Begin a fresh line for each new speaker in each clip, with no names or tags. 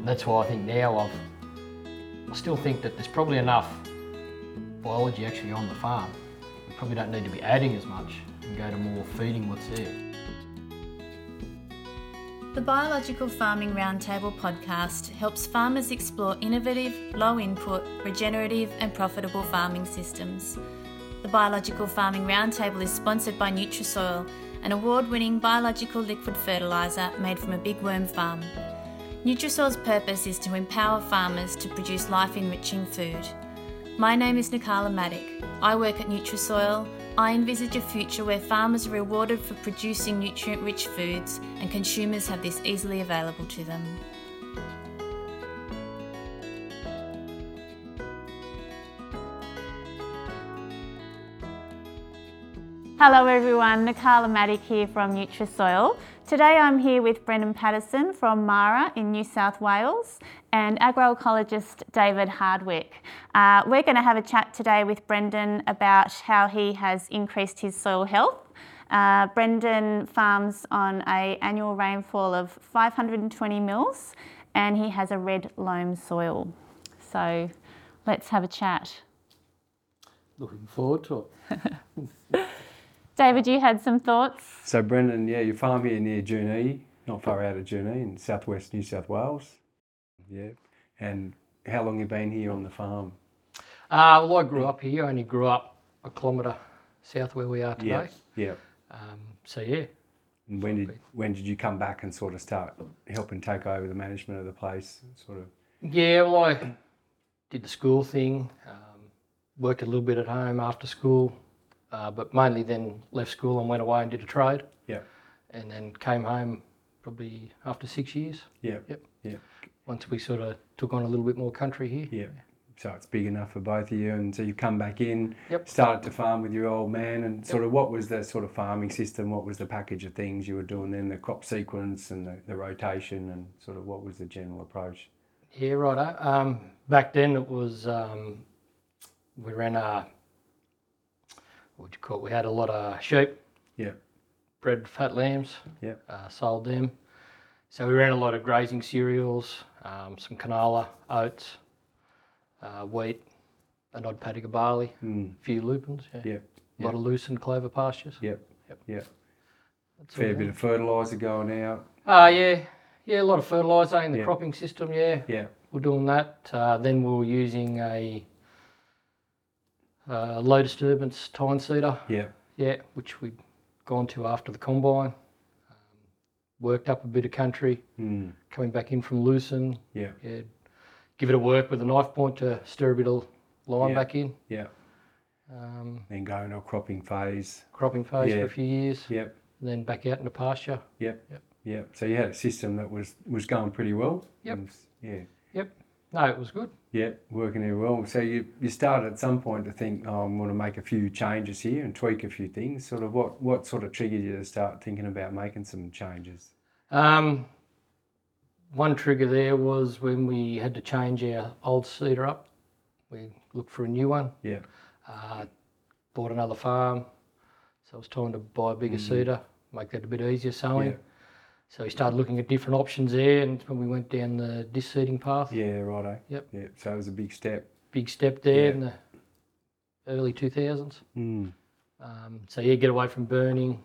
that's why I think now I've, I still think that there's probably enough biology actually on the farm. We probably don't need to be adding as much and go to more feeding what's there.
The Biological Farming Roundtable podcast helps farmers explore innovative, low input, regenerative, and profitable farming systems. The Biological Farming Roundtable is sponsored by Nutrisoil, an award winning biological liquid fertiliser made from a big worm farm. Nutrisoil's purpose is to empower farmers to produce life enriching food. My name is Nicola Maddock. I work at Nutrisoil. I envisage a future where farmers are rewarded for producing nutrient rich foods and consumers have this easily available to them. Hello everyone, Nicola Maddock here from Nutrisoil. Today I'm here with Brendan Patterson from Mara in New South Wales and agroecologist David Hardwick. Uh, we're going to have a chat today with Brendan about how he has increased his soil health. Uh, Brendan farms on a annual rainfall of 520 mils and he has a red loam soil. So let's have a chat.
Looking forward to it.
David, you had some thoughts.
So, Brendan, yeah, you farm here near Junee, not far out of Junee in southwest New South Wales. Yeah. And how long you been here on the farm?
Uh, well, I grew up here. I only grew up a kilometre south where we are today.
Yeah.
Um, so yeah,
And when did when did you come back and sort of start helping take over the management of the place? Sort of.
yeah. Well, I did the school thing. Um, worked a little bit at home after school, uh, but mainly then left school and went away and did a trade,
Yeah.
and then came home probably after six years.
Yeah.
Yep.
Yeah.
Once we sort of took on a little bit more country here.
Yeah. So it's big enough for both of you, and so you come back in,
Yep.
started to farm with your old man, and sort of what was the sort of farming system? What was the package of things you were doing then? The crop sequence and the, the rotation, and sort of what was the general approach?
Yeah, right. Um, back then it was um, we ran a what do you call it? We had a lot of sheep,
Yeah,
bred fat lambs,
yeah,
uh, sold them. So we ran a lot of grazing cereals, um, some canola, oats, uh, wheat, an odd paddock of barley,
mm,
a few lupins, yeah.
yeah,
a lot of lucerne clover pastures.
yeah,
Yep.
yeah.
That's all
Fair
we
bit
had.
of fertilizer going out.
Ah, yeah, yeah, a lot of fertiliser in the
Yeah.
cropping system. Yeah,
Yeah,
we're doing that. Uh, then we were using a uh, low disturbance tine seeder,
yeah,
yeah, which we'd gone to after the combine. Um, worked up a bit of country,
mm,
coming back in from Lucerne.
yeah,
Yeah, give it a work with a knife point to stir a bit of lime
Yeah.
back in.
yeah.
Um,
Then going to a cropping phase.
cropping phase
Yeah.
for a few years,
Yep,
and then back out into pasture.
yep,
Yep.
yep. So you had a system that was was going pretty well.
Yep.
and s- Yeah.
Yep. No, it was good.
Yeah, working here well. So you, you started at some point to think, oh, I'm going to make a few changes here and tweak a few things. Sort of what, what sort of triggered you to start thinking about making some changes?
Um, one trigger there was when we had to change our old cedar up. We looked for a new one,
Yeah,
uh, bought another farm. So it was time to buy a bigger cedar, make that a bit easier sowing.
Mm. Yeah.
So we started looking at different options there, and when we went down the disseeding path,
yeah, righto.
Yep.
Yeah, so it was a big step.
big step there
Yeah.
in the early 2000s.
Mm.
Um, so yeah, get away from burning,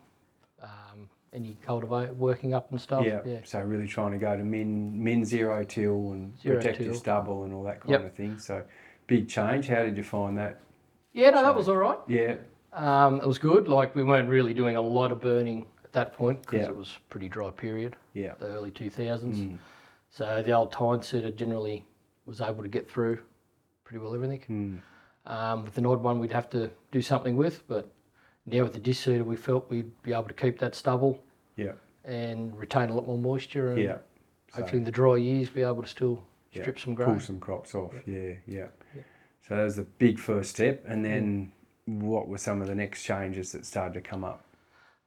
um, any cultivate working up and stuff.
Yeah.
Oh, yeah.
so really trying to go to min min zero till and
Zero
protect
till.
your stubble and all that kind
Yep.
of thing. So big change. How did you find that?
Yeah, no, that was all right.
Yeah,
Um, it was good. Like we weren't really doing a lot of burning at that point because
Yeah.
it was a pretty dry period,
yeah, Mm.
the early 2000s. So the old tine setter generally was able to get through pretty well
Mm.
everything. Um, with an odd one, we'd have to do something with, but now with the disc seeder, we felt we'd be able to keep that stubble
yeah,
and retain a lot more moisture. And
yeah.
Hopefully, in the dry years, be able to still
Yeah,
strip some
pull
grass.
some crops off. Yeah, yeah. So that was the big first step, and then
Mm.
what were some of the next changes that started to come up?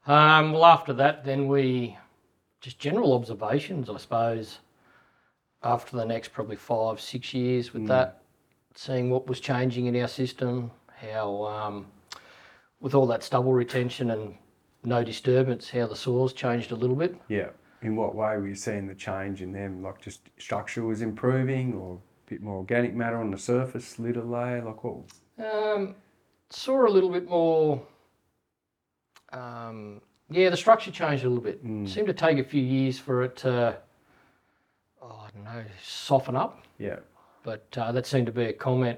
Um, well, after that, then we just general observations, I suppose. After the next probably five, six years with that, seeing what was changing in our system, how um, with all that stubble retention and no disturbance, how the soils changed a little bit.
Yeah, in what way were you seeing the change in them? Like just structure was improving, or a bit more organic matter on the surface, litter layer, like what?
Um, saw a little bit more. Um, yeah, the structure changed a little bit. Seemed to take a few years for it to, oh, I don't know, soften up.
Yeah.
But uh, that seemed to be a comment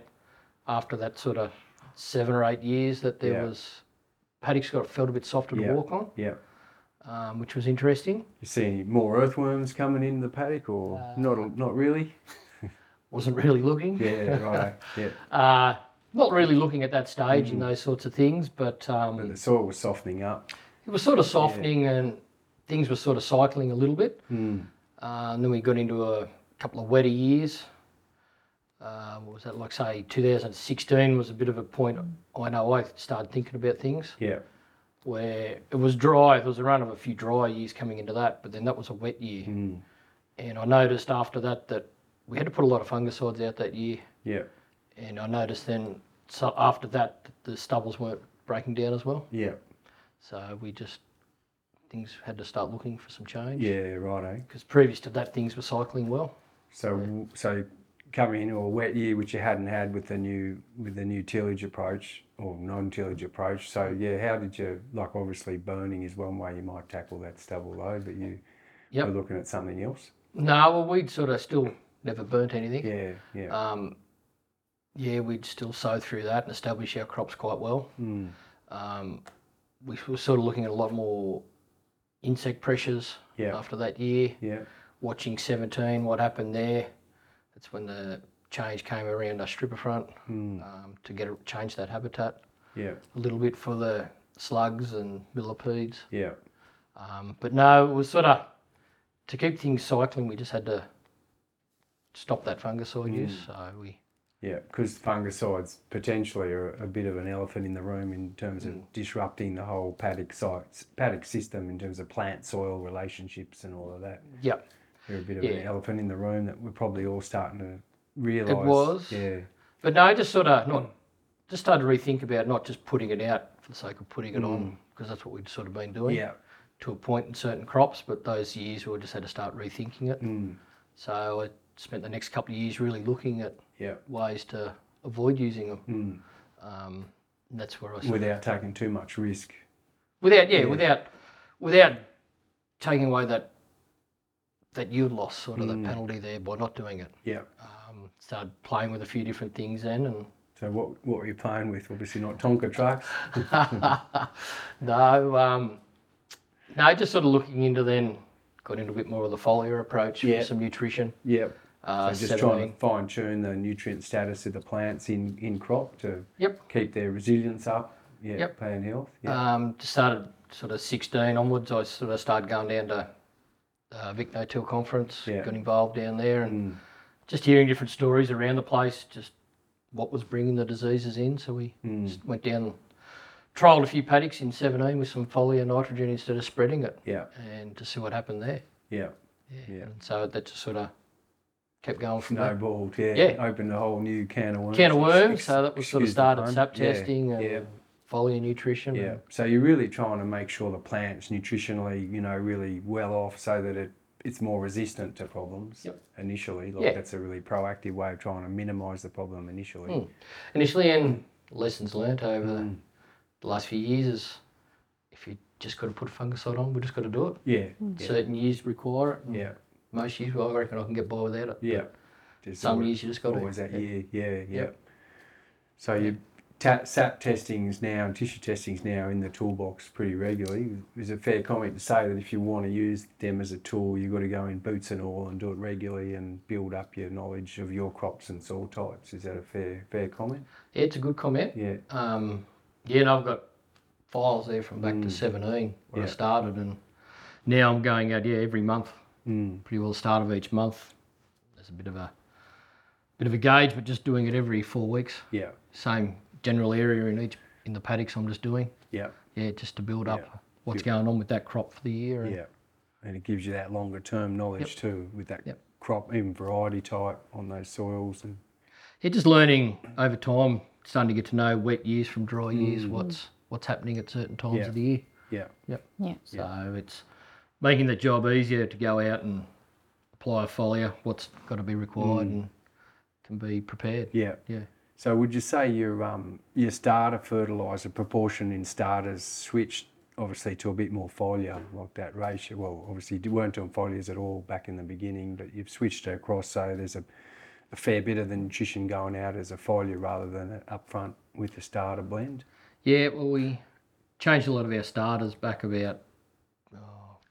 after that sort of seven or eight years that there
Yeah.
was paddocks got felt a bit softer
Yeah.
to walk on,
Yeah.
um, which was interesting.
You see more earthworms coming in the paddock, or not? Not really.
Wasn't really looking.
Yeah, right. Yeah,
Uh, not really looking at that stage and those sorts of things, but um,
but the soil was softening up.
it was sort of softening and things were sort of cycling a little bit.
Hmm.
Uh, and then we got into a couple of wetter years. Uh, what was that like? Say 2016 was a bit of a point. I know I started thinking about things
Yeah,
where it was dry. There was a run of a few dry years coming into that, but then that was a wet year. And I noticed after that that we had to put a lot of fungicides out that year.
yeah,
And I noticed then so after that that the stubbles weren't breaking down as well.
yeah,
So we just things had to start looking for some change.
yeah. Right. Eh?
Because previous to that, things were cycling well.
So, so coming into a wet year, which you hadn't had with the new with the new tillage approach or non-tillage approach. So, yeah, how did you like? Obviously, burning is one way you might tackle that stubble load, but you
Yep.
were looking at something else.
No, well, we'd sort of still never burnt anything.
Yeah, yeah,
Um, yeah, we'd still sow through that and establish our crops quite well.
Mm.
Um, we were sort of looking at a lot more insect pressures
Yeah.
after that year.
yeah,
Watching 17, what happened there. That's when the change came around our stripper front um, to get a, change that habitat
yeah,
a little bit for the slugs and millipedes.
yeah,
Um, but no, it was sort of to keep things cycling. We just had to stop that fungicide use. So we
yeah. Because fungicides potentially are a bit of an elephant in the room in terms
Mm.
of disrupting the whole paddock sites, paddock system in terms of plant soil relationships and all of that.
yeah,
They're a bit of
Yeah.
an elephant in the room that we're probably all starting to realise.
was.
Yeah.
but no, just sort of not just started to rethink about not just putting it out for the sake of putting it on because that's what we'd sort of been doing
Mm. Yeah.
to a point in certain crops. But those years we just had to start rethinking it.
Mm.
So I spent the next couple of years really looking at
Yeah.
ways to avoid using them. Um, and that's where I sort of-
Mm. Without taking too much risk.
without yeah, without without taking away that that yield loss sort
Mm.
of that penalty there by not doing it
Yeah.
um, started playing with a few different things then and
So what what were you playing with? Obviously not Tonka trucks.
no um, no just sort of looking into then got into a bit more of the foliar approach
Yeah.
for some nutrition
Yeah.
uh,
so just
set
trying
away.
to fine tune the nutrient status of the plants in, in crop to
yep
keep their resilience up. Yeah.
Yep.
Plant health. Yeah.
um, just started sort of 16 onwards I sort of started going down to uh, Vic No Till conference
Yeah. Mm.
got involved down there and just hearing different stories around the place just what was bringing the diseases in. So we
Mm.
just went down, trialled a few paddocks in 17 with some foliar nitrogen instead of spreading it
yeah.
and to see what happened there.
Yeah.
Yeah.
Yeah.
And so that just sort of kept going from there.
Snowballed. Yeah.
Yeah.
Opened a whole new can of worms.
Can of
Ex-
worms,
ex-
so that was sort of
excuse the
started
pun.
sap
Yeah,
testing and
yeah.
foliar nutrition.
Yeah. So you're really trying to make sure the plant's nutritionally, you know, really well off so that it it's more resistant to problems
Yep.
initially. Like
Yeah.
that's a really proactive way of trying to minimise the problem initially.
Hmm. initially and lessons learnt over
Mm.
the last few years is if you just got to put a fungicide on, we just got to do it.
Yeah. Yeah.
Certain years require it. and
Yeah.
Most years, well, I reckon I can get by without it.
Yeah. Just
Some
always,
years you just got to.
always that year. Yeah. Yeah.
Yep.
So you ta- sap testings now and tissue testings now in the toolbox pretty regularly. Is a fair comment to say that if you want to use them as a tool, you've got to go in boots and all and do it regularly and build up your knowledge of your crops and soil types. Is that a fair fair comment?
Yeah, it's a good comment.
Yeah.
Um, yeah, and I've got files there from back to 17 where I
Mm. Yeah.
started, and now I'm going out, yeah, every month,
Mm.
pretty well start of each month. There's a bit of a bit of a gauge, but just doing it every four weeks.
Yeah.
Same general area in each in the paddocks I'm just doing.
Yeah.
Yeah, just to build up
Yeah.
what's going on with that crop for the year. And
Yeah. And it gives you that longer term knowledge too with that
Yep.
crop, even variety type on those soils and
yeah, just learning over time, starting to get to know wet years from dry years, what's what's happening at certain times
Mm. Yeah.
of the year.
yeah.
Yep.
Yeah.
So it's making the job easier to go out and apply a folia, what's got to be required, and can be prepared.
Mm. Yeah.
Yeah.
So would you say your um, your starter fertilizer proportion in starters switched obviously to a bit more foliar, like that ratio? Well, obviously you weren't doing foliars at all back in the beginning, but you've switched across, so there's a, a fair bit of the nutrition going out as a foliar rather than up front with the starter blend.
Yeah, well, we changed a lot of our starters back about oh,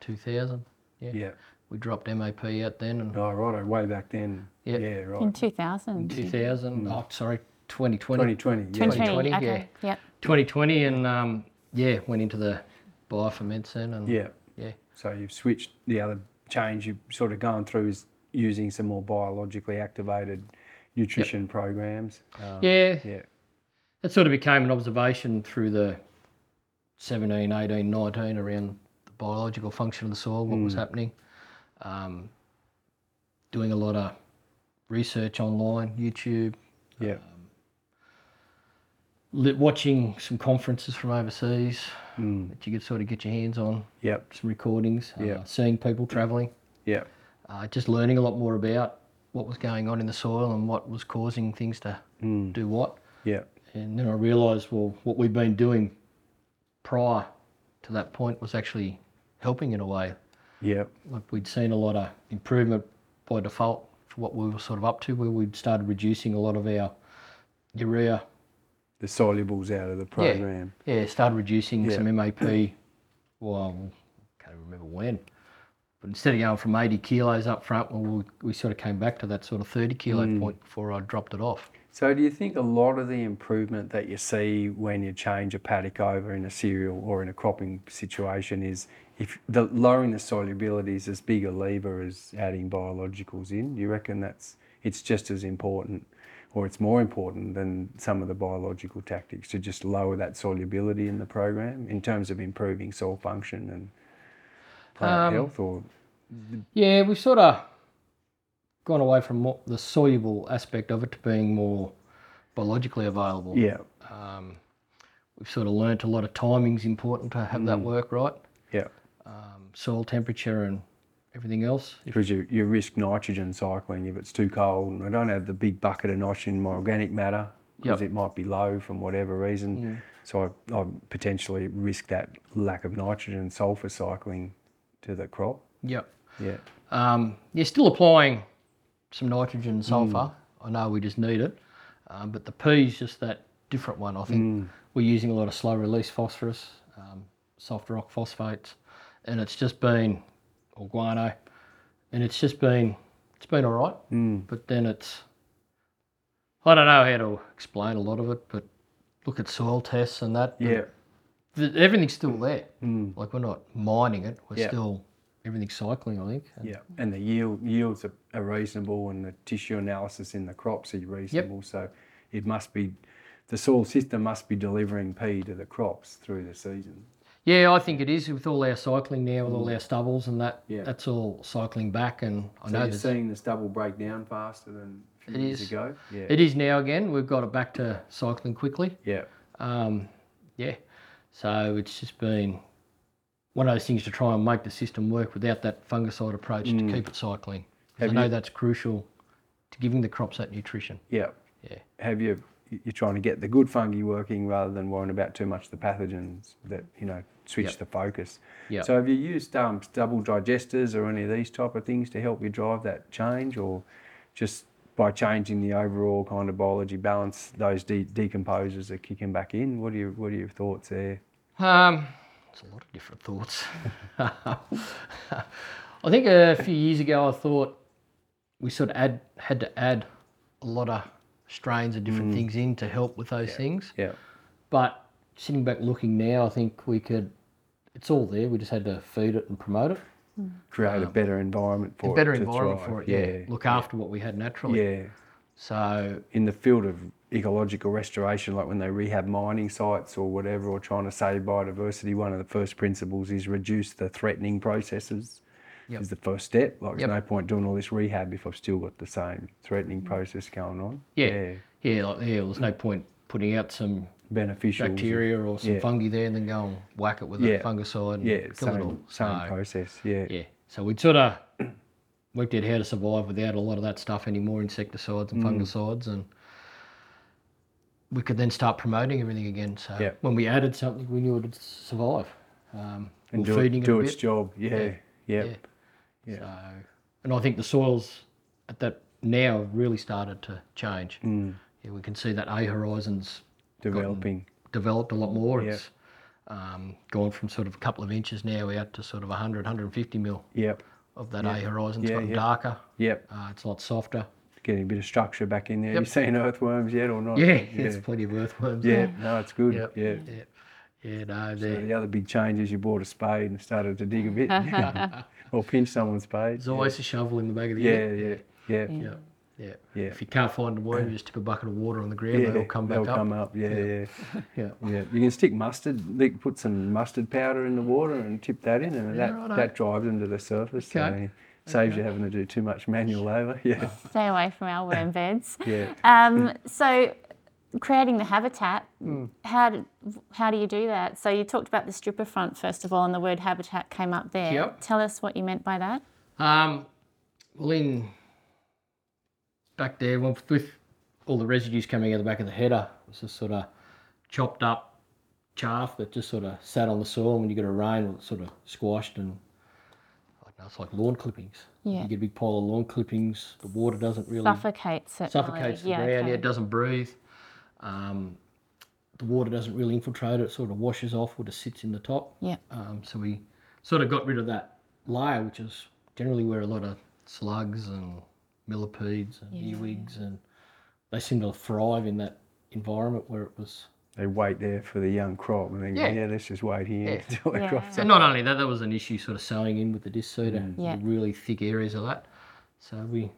2000. Yeah.
Yeah.
We dropped MAP out then, and
Oh, right, way back then.
Yeah.
Yeah, right.
In 2000.
Mm.
2000, oh, sorry, 2020.
2020. Yeah.
2020,
okay. Yep.
2020, and um, yeah, went into the bioferments then, and
Yeah.
yeah.
So you've switched the other change you've sort of gone through is using some more biologically activated nutrition programs. Um,
yeah,
Yeah.
That sort of became an observation through the 17, 18, 19 around the biological function of the soil, what was happening. Um, doing a lot of research online, YouTube,
Yeah.
li- watching some conferences from overseas that you could sort of get your hands on,
Yep.
some recordings, uh,
Yeah.
seeing people traveling,
Yep.
uh, just learning a lot more about what was going on in the soil and what was causing things to do what.
Yep.
And then I realised, well, what we've been doing prior to that point was actually helping in a way.
Yep.
Like we'd seen a lot of improvement by default for what we were sort of up to, where we'd started reducing a lot of our urea.
The solubles out of the program.
Yeah, started reducing
Yeah.
some MAP. Well, I can't even remember when. But instead of going from 80 kilos up front, well, we, we sort of came back to that sort of 30 kilo point before I dropped it off.
So do you think a lot of the improvement that you see when you change a paddock over in a cereal or in a cropping situation is if the lowering the solubility is as big a lever as adding biologicals in? Do you reckon that's it's just as important or it's more important than some of the biological tactics to just lower that solubility in the program in terms of improving soil function and plant health or
Yeah, we've sort of gone away from more, the soluble aspect of it to being more biologically available.
yeah,
Um, we've sort of learnt a lot of timing's important to have that work right.
yeah.
Um, soil temperature and everything else.
because you, you risk nitrogen cycling if it's too cold. And I don't have the big bucket of nitrogen in my organic matter because
Yep.
it might be low from whatever reason. So I, I potentially risk that lack of nitrogen and sulfur cycling to the crop.
Yep.
Yeah.
Um, you're still applying some nitrogen and sulphur.
Hmm.
I know we just need it, um, but the P is just that different one. I think
Hmm.
we're using a lot of slow release phosphorus, um, soft rock phosphates, and it's just been or guano, and it's just been it's been all right.
Hmm.
But then it's I don't know how to explain a lot of it, but look at soil tests and that. but
Yeah. Hmm.
th- everything's still there. Like we're not mining it. We're
Yeah.
still everything's cycling. I think. and-
Yeah. And the yield yields are, are reasonable and the tissue analysis in the crops are reasonable. So it must be the soil system must be delivering P to the crops through the season.
Yeah, I think it is with all our cycling now, with all our stubbles and that.
Mm. Yeah.
That's all cycling back, and I
So
know
you're
there's-
seeing the stubble break down faster than a few
It
years
is.
ago. Yeah.
it is now again. We've got it back to cycling quickly.
yeah.
Um, yeah, so it's just been one of those things to try and make the system work without that fungicide approach to keep it cycling. 'Cause
Mm. Have
I know
you-
that's crucial to giving the crops that nutrition.
Yeah.
Yeah.
Have you you're trying to get the good fungi working rather than worrying about too much the pathogens that you know switch
Yep.
the focus.
Yep.
So have you used um, double digesters or any of these type of things to help you drive that change, or just by changing the overall kind of biology balance, those de- decomposers are kicking back in. What are your What are your thoughts there?
Um, it's a lot of different thoughts. I think a few years ago, I thought we sort of add, had to add a lot of strains and different things in to help with those things.
Mm. Yeah.
But sitting back looking now, I think we could. It's all there. We just had to feed it and promote it.
Create a better environment for
Um, A better
it to
environment
thrive.
for it. Yeah. Look after what we had naturally.
Yeah. yeah.
So
in the field of ecological restoration, like when they rehab mining sites or whatever, or trying to save biodiversity, one of the first principles is reduce the threatening processes.
Yep.
Is the first step. Like,
Yep. Mm.
there's no point doing all this rehab if I've still got the same threatening process going on.
Yeah. Yeah, like, yeah, there's no point putting out some
beneficial.
bacteria or some
Yeah.
fungi there, and then go and whack it with
Yeah.
a fungicide and
Yeah,
kill it all.
same, same
So,
process. Yeah.
yeah. So we'd sort of worked out how to survive without a lot of that stuff anymore, insecticides and
Mm.
fungicides, and we could then start promoting everything again. So
Yeah.
when we added something, we knew it'd survive. Um,
And
we were
do,
feeding
it, do
it a
its
bit,
job. Yeah. Yeah.
Yeah. So, and I think the soils at that now have really started to change.
Mm.
Yeah, we can see that A horizons
Developing.
developed a lot more.
Yeah.
It's um, gone from sort of a couple of inches now out to sort of 100, 150 mil
Yep.
of that A horizon. It's
Yeah,
gotten
yeah.
darker.
Yep.
Uh, it's a lot softer.
Getting a bit of structure back in there.
Yep.
You seen earthworms yet or not?
Yeah, it's
Yeah.
plenty of earthworms.
Yeah. No, it's good.
Yep.
Yeah.
Yeah, yeah no,
So
there-
the other big change is you bought a spade and started to dig a bit, or pinch someone's spade.
there's always a shovel in the back of the
Yeah,
unit.
yeah, yeah,
Yeah. Yeah.
Yeah.
If you can't find a worm, you just tip a bucket of water on the ground.
yeah.
they'll come back
They'll
up.
come up. Yeah, yeah,
Yeah.
yeah. You can stick mustard. They put some mustard powder in the water and tip that in, and
Yeah,
that
righto.
that drives them to the surface.
Okay.
So saves you having to do too much manual labour. Yeah,
Stay away from our worm beds.
yeah.
Um, so, creating the habitat,
Hmm.
how, do, how do you do that? So, you talked about the stripper front, first of all, and the word habitat came up there.
Yep.
Tell us what you meant by that.
Um, well, in back there, well, with all the residues coming out the back of the header, it was just sort of chopped up chaff that just sort of sat on the soil. And when you got a rain, it was sort of squashed and I don't know, it's like lawn clippings.
Yeah.
You get a big pile of lawn clippings. The water doesn't really
Suffocates it.
Hmm. suffocates the
yeah,
ground.
okay.
Yeah, it doesn't breathe. Um, the water doesn't really infiltrate it. It sort of washes off or just sits in the top.
Yeah.
Um, so we sort of got rid of that layer, which is generally where a lot of slugs and millipedes and earwigs and they seem to thrive in that environment where it was.
They wait there for the young crop, and then go,
Yeah.
yeah, let's just wait here
Yeah.
until it
Yeah.
crops
So
up.
not only that, that was an issue sort of sowing in with the disc seeder,
Yeah.
the really thick areas of that. So we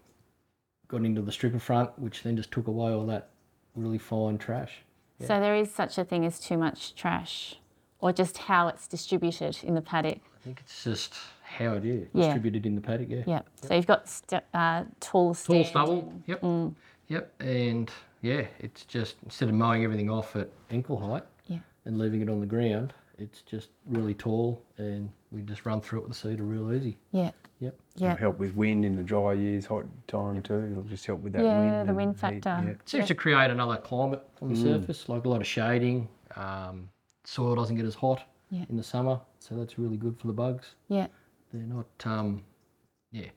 got into the stripper front, which then just took away all that really fine trash.
So, there is such a thing as too much trash, or just how it's distributed in the paddock.
I think it's just how it is
Yeah.
distributed in the paddock. Yeah.
Yep. So, you've got st- uh,
Tall
tall stand.
stubble. Yep. Yep. And yeah, it's just instead of mowing everything off at ankle height
Yeah.
and leaving it on the ground, it's just really tall, and we just run through it with the seeder real easy.
Yeah.
Yep.
Yeah.
It'll help with wind in the dry years, hot time too. It'll just help with that
Yeah,
wind.
the
and
wind
heat.
factor.
Yeah.
It seems to create another climate on the surface, like a lot of shading. Um, soil doesn't get as hot
Yeah.
in the summer, so that's really good for the bugs.
Yeah.
They're not, um, yeah.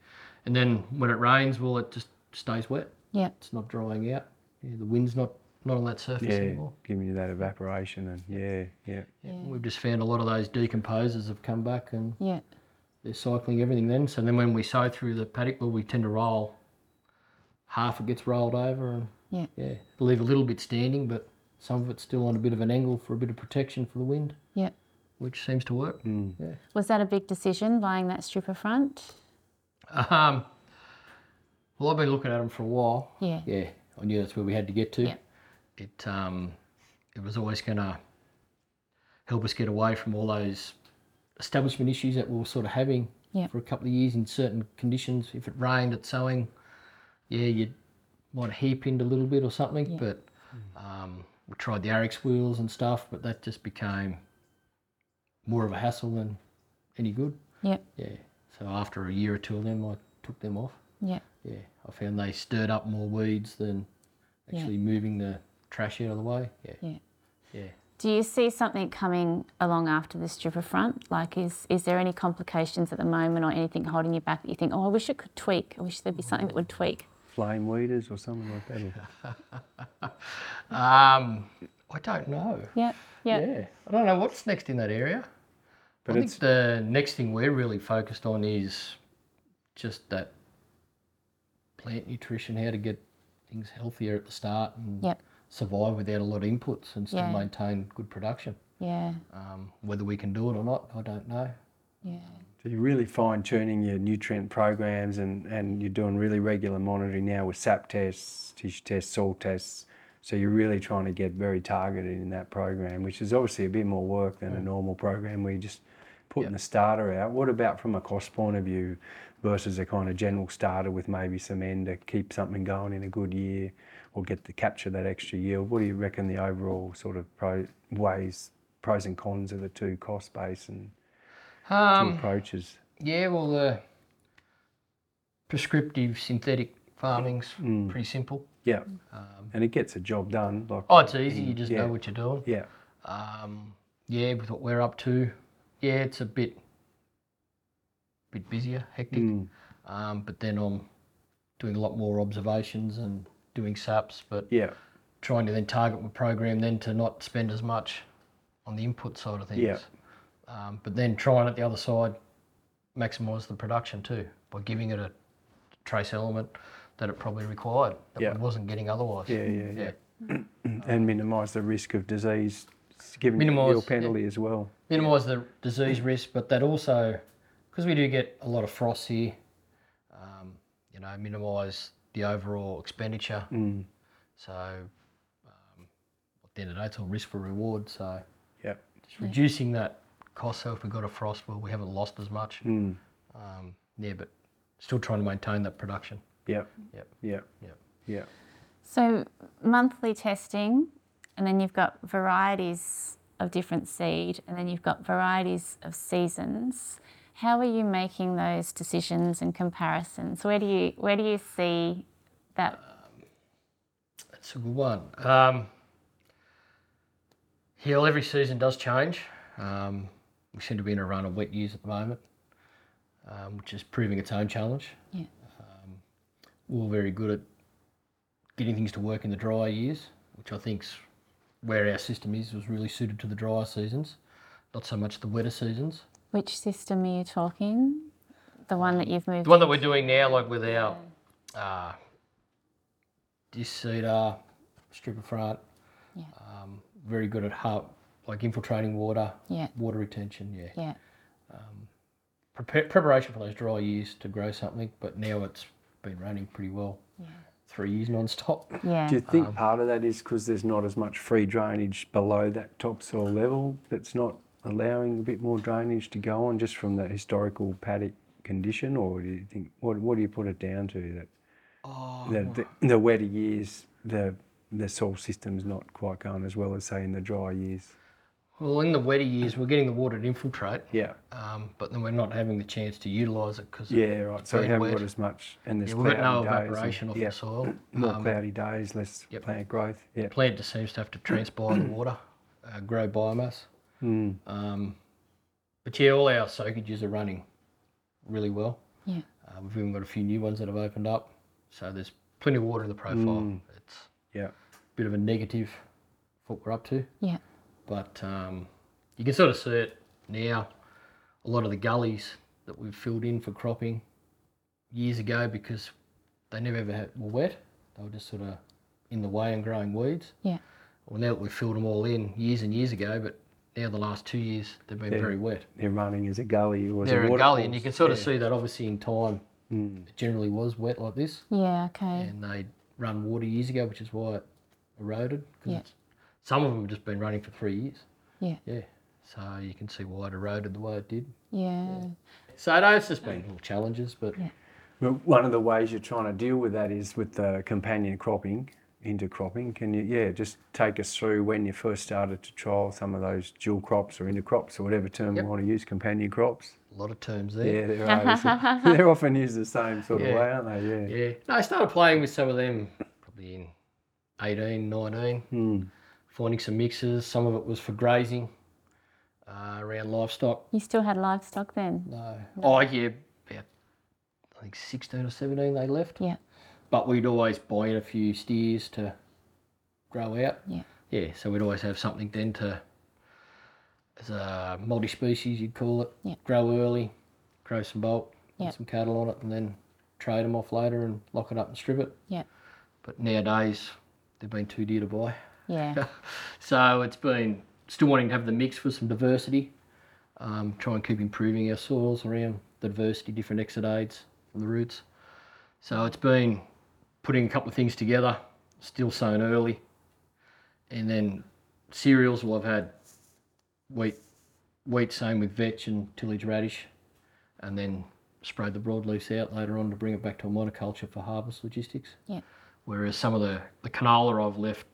And then when it rains, well, it just stays wet.
Yeah.
It's not drying out. Yeah, the wind's not not on that surface
Yeah,
anymore.
giving you that evaporation and yeah, yeah.
Yeah, We've just found a lot of those decomposers have come back and
Yeah.
they're cycling everything then. So then when we sow through the paddock, well, we tend to roll. Half it gets rolled over and
Yeah.
yeah, leave a little bit standing, but some of it's still on a bit of an angle for a bit of protection for the wind,
Yeah.
which seems to work.
Was that a big decision buying that stripper front?
Um, well, I've been looking at them for a while.
Yeah.
Yeah, I knew that's where we had to get to.
Yeah.
It um, it was always going to help us get away from all those establishment issues that we were sort of having
Yeah.
for a couple of years in certain conditions. If it rained at sowing, yeah, you might have hairpinned a little bit or something. But um, we tried the Arix wheels and stuff, but that just became more of a hassle than any good.
Yeah.
Yeah. So after a year or two of them, I took them off.
Yeah.
Yeah, I found they stirred up more weeds than
Yeah.
actually moving the trash out of the way. Yeah,
Yeah.
yeah.
Do you see something coming along after the stripper front? Like, is is there any complications at the moment, or anything holding you back that you think, oh, I wish it could tweak. I wish there'd be something that would tweak.
Flame weeders or something like that. or-
Um, I don't know.
Yeah. Yeah.
Yeah, I don't know what's next in that area.
But
I
it's
think the next thing we're really focused on is just that plant nutrition, how to get things healthier at the start and
Yep.
survive without a lot of inputs and still
Yeah.
maintain good production.
Yeah.
Um, whether we can do it or not, I don't know.
Yeah.
So you're really fine tuning your nutrient programs and, and you're doing really regular monitoring now with sap tests, tissue tests, soil tests. So you're really trying to get very targeted in that program, which is obviously a bit more work than a normal program where you're just putting the starter out. What about from a cost point of view? versus a kind of general starter with maybe some end to keep something going in a good year or get to capture that extra yield? What do you reckon the overall sort of pro- ways, pros and cons of the two cost base and two
Um,
approaches?
yeah, well, the prescriptive synthetic farming's
Mm.
pretty simple.
Yeah,
Um,
and it gets a job done. Like
oh, it's easy. You just
Mm, yeah,
know what you're doing.
Yeah,
Um, yeah, with what we're up to, yeah, it's a bit, bit busier, hectic.
Mm.
Um, but then I'm doing a lot more observations and doing SAPs, but
yeah,
trying to then target my program then to not spend as much on the input side of things.
Yeah.
Um, but then trying at the other side, maximise the production too by giving it a trace element that it probably required that
Yeah.
it wasn't getting otherwise.
yeah, yeah, yeah. and minimise the risk of disease, giving
Minimise,
you a
yeah.
penalty as well.
minimise the disease risk, but that also, because we do get a lot of frost here, um, you know, minimise the overall expenditure.
Mm.
So, um, at the end of the day, it's all risk for reward. So,
Yeah,
just reducing that cost. So, if we've got a frost, well, we haven't lost as much. Um, yeah, but still trying to maintain that production.
yeah,
Yep.
yeah,
Yep.
yeah.
So monthly testing, and then you've got varieties of different seed, and then you've got varieties of seasons. How are you making those decisions and comparisons? Where do you where do you see that?
That's a good one. Um, yeah, well, every season does change. Um, we seem to be in a run of wet years at the moment, um, which is proving its own challenge.
Yeah.
We're all very good at getting things to work in the dry years, which I think's where our system is was really suited to the drier seasons, not so much the wetter seasons.
Which system are you talking? The one that you've moved.
The one that we're doing now, like with our uh, this cedar, strip of front,
Yeah.
um, very good at heart, like infiltrating water,
Yeah.
water retention, yeah.
Yeah.
Prepar- preparation for those dry years to grow something, but now it's been running pretty well. Three years non-stop.
Yeah.
Do you think
Um,
part of that is because there's not as much free drainage below that topsoil level that's not allowing a bit more drainage to go on just from that historical paddock condition, or do you think what what do you put it down to that
Oh,
the, the, the wetter years the the soil system's not quite going as well as say in the dry years?
Well, in the wetter years, we're getting the water to infiltrate,
Yeah,
um, but then we're not having the chance to utilise it because
yeah, right. So we
been
haven't
wet.
got as much, and there's
yeah, we've got no
cloudy days and-
evaporation off
yeah,
the soil.
more
Um,
cloudy days, less
yep.
plant growth. Yeah,
plant just seems to have to transpire the water, uh, grow biomass.
Mm.
Um, but yeah, all our soakages are running really well.
Yeah.
Uh, we've even got a few new ones that have opened up, so there's plenty of water in the profile. It's
yeah,
a bit of a negative for what we're up to,
Yeah.
but um, you can sort of see it now. A lot of the gullies that we've filled in for cropping years ago because they never ever had, were wet. They were just sort of in the way and growing weeds.
Yeah.
Well, now that we've filled them all in years and years ago, but now the last two years they've been very wet.
they're running as a gully or as
They're
a,
a gully, and you
watercourse. Hmm.
can sort of see that obviously in time. It generally was wet like this,
Yeah. Okay.
and they run water years ago, which is why it eroded. 'cause
Yeah.
it's- Some of them have just been running for three years.
Yeah.
Yeah. So you can see why it eroded the way it did.
Yeah.
So no, it's just been little challenges, but
Yeah.
Well, one of the ways you're trying to deal with that is with the companion cropping, intercropping. Can you, yeah, just take us through when you first started to trial some of those dual crops or intercrops or whatever term you want to use, companion crops?
a lot of terms there.
Yeah, there are. they're often used the same sort of
Yeah.
way, aren't they? Yeah.
Yeah. No, I started playing with some of them probably in 18, 19,
Hmm.
finding some mixes. Some of it was for grazing uh, around livestock.
You still had livestock then.
No. Oh, yeah, about, I think 16 or 17 they left.
Yeah.
But we'd always buy in a few steers to grow out.
Yeah.
Yeah, so we'd always have something then to, as a multi species, you'd call it,
Yeah.
grow early, grow some bulk, put
Yeah.
some cattle on it, and then trade them off later and lock it up and strip it.
Yeah.
But nowadays, they've been too dear to buy.
Yeah.
So it's been still wanting to have the mix for some diversity. Um, try and keep improving our soils around the diversity, different exudates from the roots. So it's been putting a couple of things together, still sown early. And then cereals, well, I've had wheat, wheat sown with vetch and tillage radish, and then sprayed the broadleafs out later on to bring it back to a monoculture for harvest logistics.
Yeah.
Whereas some of the, the canola I've left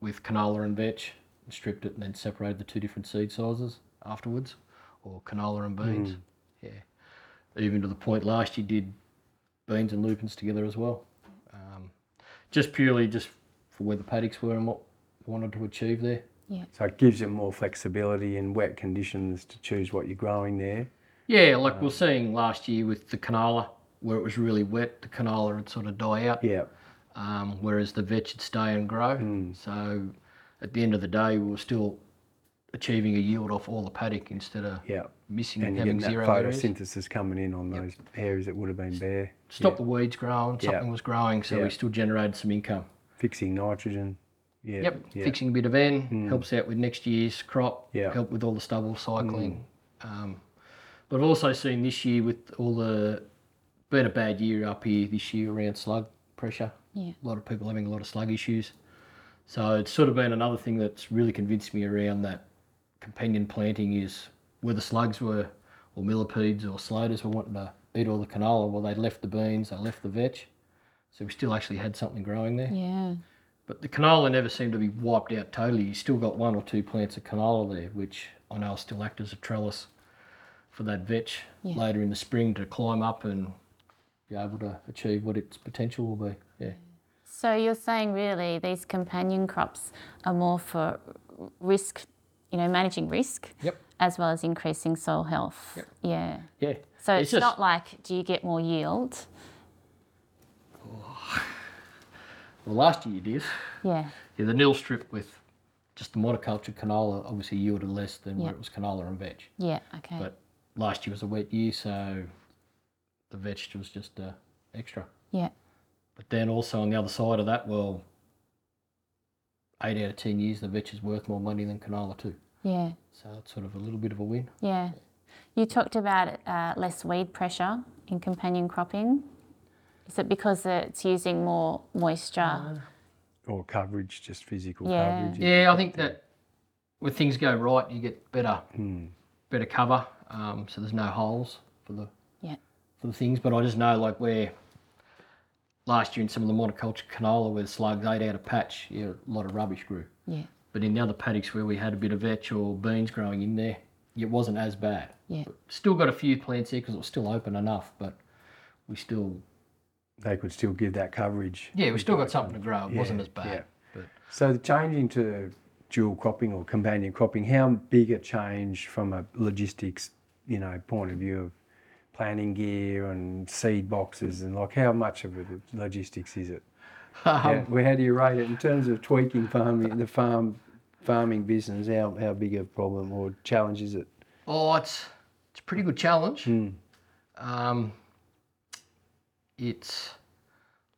with canola and vetch and stripped it and then separated the two different seed sizes afterwards, or canola and beans. Yeah. Even to the point last year did beans and lupins together as well. Um, just purely just for where the paddocks were and what I wanted to achieve there.
So it gives you more flexibility in wet conditions to choose what you're growing there.
Yeah, like we we're seeing last year with the canola, where it was really wet, the canola would sort of die out,
Yeah.
um, whereas the vetch would stay and grow.
Hmm.
So at the end of the day, we were still achieving a yield off all the paddock instead of
Yeah.
missing
And
and
you're getting
having
that
zero areas.
photosynthesis coming in on those areas that would have been bare.
Stop the weeds growing,
Yeah.
something was growing, so
Yeah.
we still generated some income.
Fixing nitrogen. Yeah.
Yep,
Yeah. Hmm.
fixing a bit of N helps out with next year's crop.
Yeah. Hmm.
help with all the stubble cycling. Um, but I've also seen this year with all the been a bad year up here this year around slug pressure.
Yeah.
a lot of people having a lot of slug issues. So it's sort of been another thing that's really convinced me around that companion planting is where the slugs were, or millipedes or slaters were wanting to eat all the canola. Well, they left the beans, they left the vetch, so we still actually had something growing there.
Yeah.
But the canola never seemed to be wiped out totally. You still got one or two plants of canola there, which I know still act as a trellis for that vetch
Yeah.
later in the spring to climb up and be able to achieve what its potential will be. Yeah.
So you're saying really these companion crops are more for risk, you know, managing risk
Yep.
as well as increasing soil health. Yeah.
Yeah.
So it's, not like do you get more yield?
well last year you did.
Yeah.
Yeah, the nil strip with just the monoculture canola obviously yielded less than where
Yeah.
it was canola and vetch.
Yeah. Okay.
But last year was a wet year, so the vetch was just uh, extra.
yeah.
But then also on the other side of that, well, eight out of ten years, the vetch is worth more money than canola too.
Yeah.
So it's sort of a little bit of a win.
Yeah. You talked about uh, less weed pressure in companion cropping. Is it because it's using more moisture?
Or coverage, just physical
Yeah.
coverage.
Yeah, I think that when things go right, you get better, better cover. Um, so there's no holes for the
Yeah.
for the things. But I just know like where last year in some of the monoculture canola where the slugs ate out a patch, yeah, a lot of rubbish grew.
Yeah.
But in the other paddocks where we had a bit of vetch or beans growing in there, it wasn't as bad.
Yeah.
Still got a few plants there because it was still open enough, but we still
They could still give that coverage.
yeah we still got something to grow. It wasn't as bad.
yeah.
But
So the changing to dual cropping or companion cropping, how big a change from a logistics, you know, point of view of planting gear and seed boxes and like how much of it logistics is it? how, well, how do you rate it in terms of tweaking farming the farm farming business? How how big a problem or challenge is it?
Oh, it's it's a pretty good challenge. Um, it's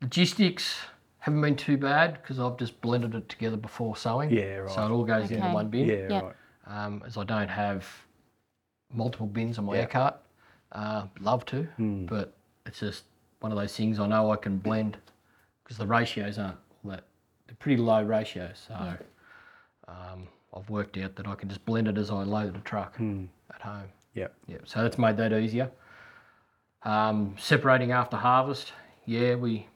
logistics haven't been too bad because I've just blended it together before sowing.
Yeah, right.
So it all goes into
Okay.
one bin.
Yeah,
Yeah.
right.
Um, as I don't have multiple bins on my
Yeah. Hmm.
air cart. Uh, love to, but it's just one of those things I know I can blend because the ratios aren't all that. They're pretty low ratios, so um, I've worked out that I can just blend it as I load the truck
Hmm.
at home.
Yeah.
Yeah, so that's made that easier. Um, separating after harvest, yeah, we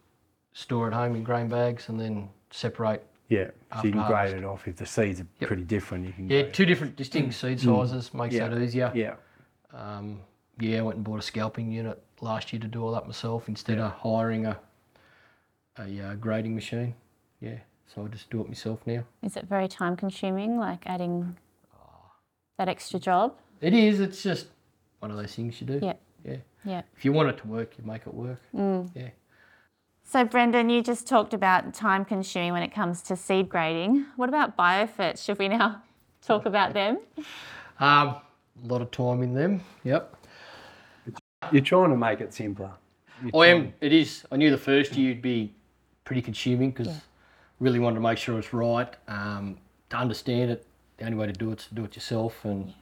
store at home in grain bags and then separate.
Yeah. So you
After
can grade
harvest.
it off if the seeds are pretty different. You can
Yeah,
grade-
two different distinct seed sizes makes
Hmm. Yeah.
that easier.
yeah.
Um, yeah, I went and bought a scalping unit last year to do all that myself instead of hiring a a uh, grading machine. Yeah, so I just do it myself now.
Is it very time consuming, like adding that extra job?
It is. It's just one of those things you do.
Yeah.
Yeah.
Yeah.
If you want it to work, you make it work. Yeah.
So, Brendan, you just talked about time consuming when it comes to seed grading. What about biofits? Should we now talk about them?
Um, a lot of time in them. Yep.
You're trying to make it simpler.
I am. It is. I knew the first year would be pretty consuming because really wanted to make sure it's right. Um, to understand it, the only way to do it is to do it yourself and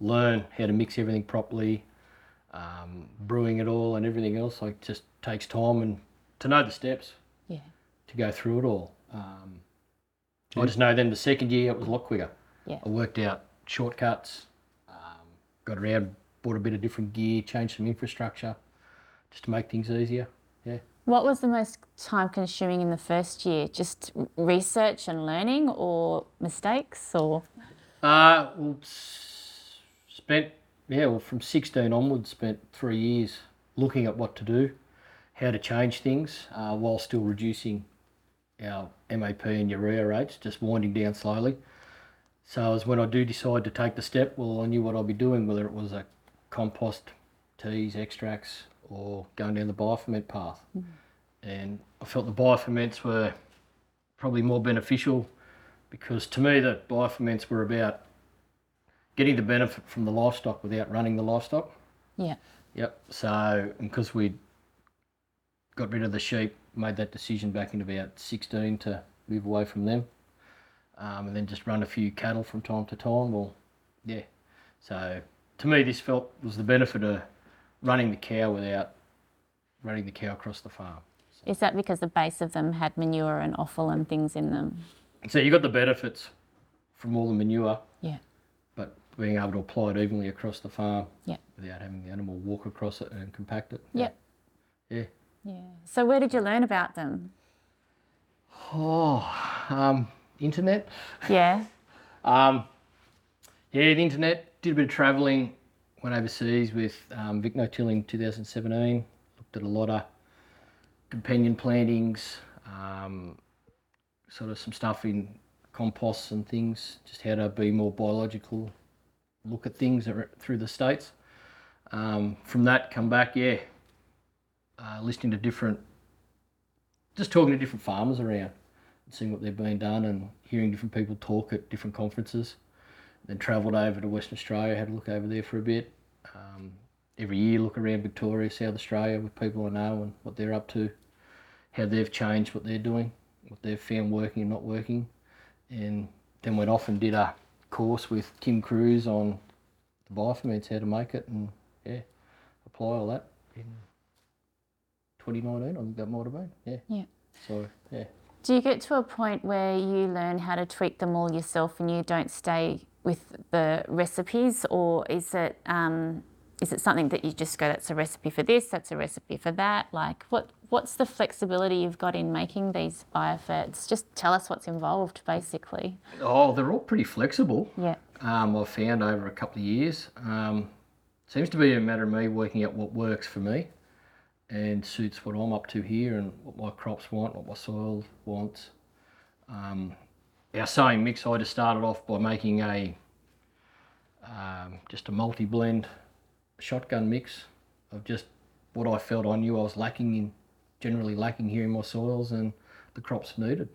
learn how to mix everything properly, um, brewing it all and everything else. Like just takes time and to know the steps
Yeah.
to go through it all. Um, I just know then the second year it was a lot quicker.
Yeah.
I worked out shortcuts, um, got around, bought a bit of different gear, changed some infrastructure, just to make things easier. Yeah.
What was the most time consuming in the first year? Just research and learning or mistakes or
Uh, well, s- spent yeah, well, from sixteen onwards, spent three years looking at what to do, how to change things, uh, while still reducing our MAP and urea rates, just winding down slowly. So as when I do decide to take the step, well, I knew what I'd be doing, whether it was a compost, teas, extracts, or going down the bioferment path. And I felt the bioferments were probably more beneficial because to me the bioferments were about getting the benefit from the livestock without running the livestock.
yeah.
Yep. So because we got rid of the sheep, made that decision back in about sixteen to move away from them, um, and then just run a few cattle from time to time. Well, yeah. So to me, this felt was the benefit of running the cow without running the cow across the farm.
Is that because the base of them had manure and offal and things in them?
So you got the benefits from all the manure,
Yeah.
but being able to apply it evenly across the farm
Yeah.
without having the animal walk across it and compact it.
Yep.
Yeah.
Yeah. So where did you learn about them?
Oh, um, internet.
Yeah.
Um, yeah, the internet. Did a bit of travelling. Went overseas with um, Vic Notil in 2017. Looked at a lot of companion plantings, um, sort of some stuff in composts and things. Just how to be more biological. Look at things that are through the states. Um, from that, come back. Yeah, uh, listening to different, just talking to different farmers around seeing what they've been done and hearing different people talk at different conferences. Then travelled over to Western Australia, had a look over there for a bit. Um, every year, look around Victoria, South Australia with people I know and what they're up to, how they've changed what they're doing, what they've found working and not working. And then went off and did a course with Tim Cruz on the bioferments, how to make it, and yeah, apply all that in 2019. I think that might have been, yeah.
Yeah.
So, yeah.
Do you get to a point where you learn how to tweak them all yourself and you don't stay with the recipes, or is it um, is it something that you just go, that's a recipe for this, that's a recipe for that? Like, what what's the flexibility you've got in making these biofits? Just tell us what's involved, basically.
Oh, they're all pretty flexible.
Yeah.
Um, I've found over a couple of years. Um, seems to be a matter of me working out what works for me and suits what I'm up to here and what my crops want, what my soil wants. Um, our sowing mix, I just started off by making a um, just a multi blend shotgun mix of just what I felt I knew I was lacking in, generally lacking here in my soils and the crops needed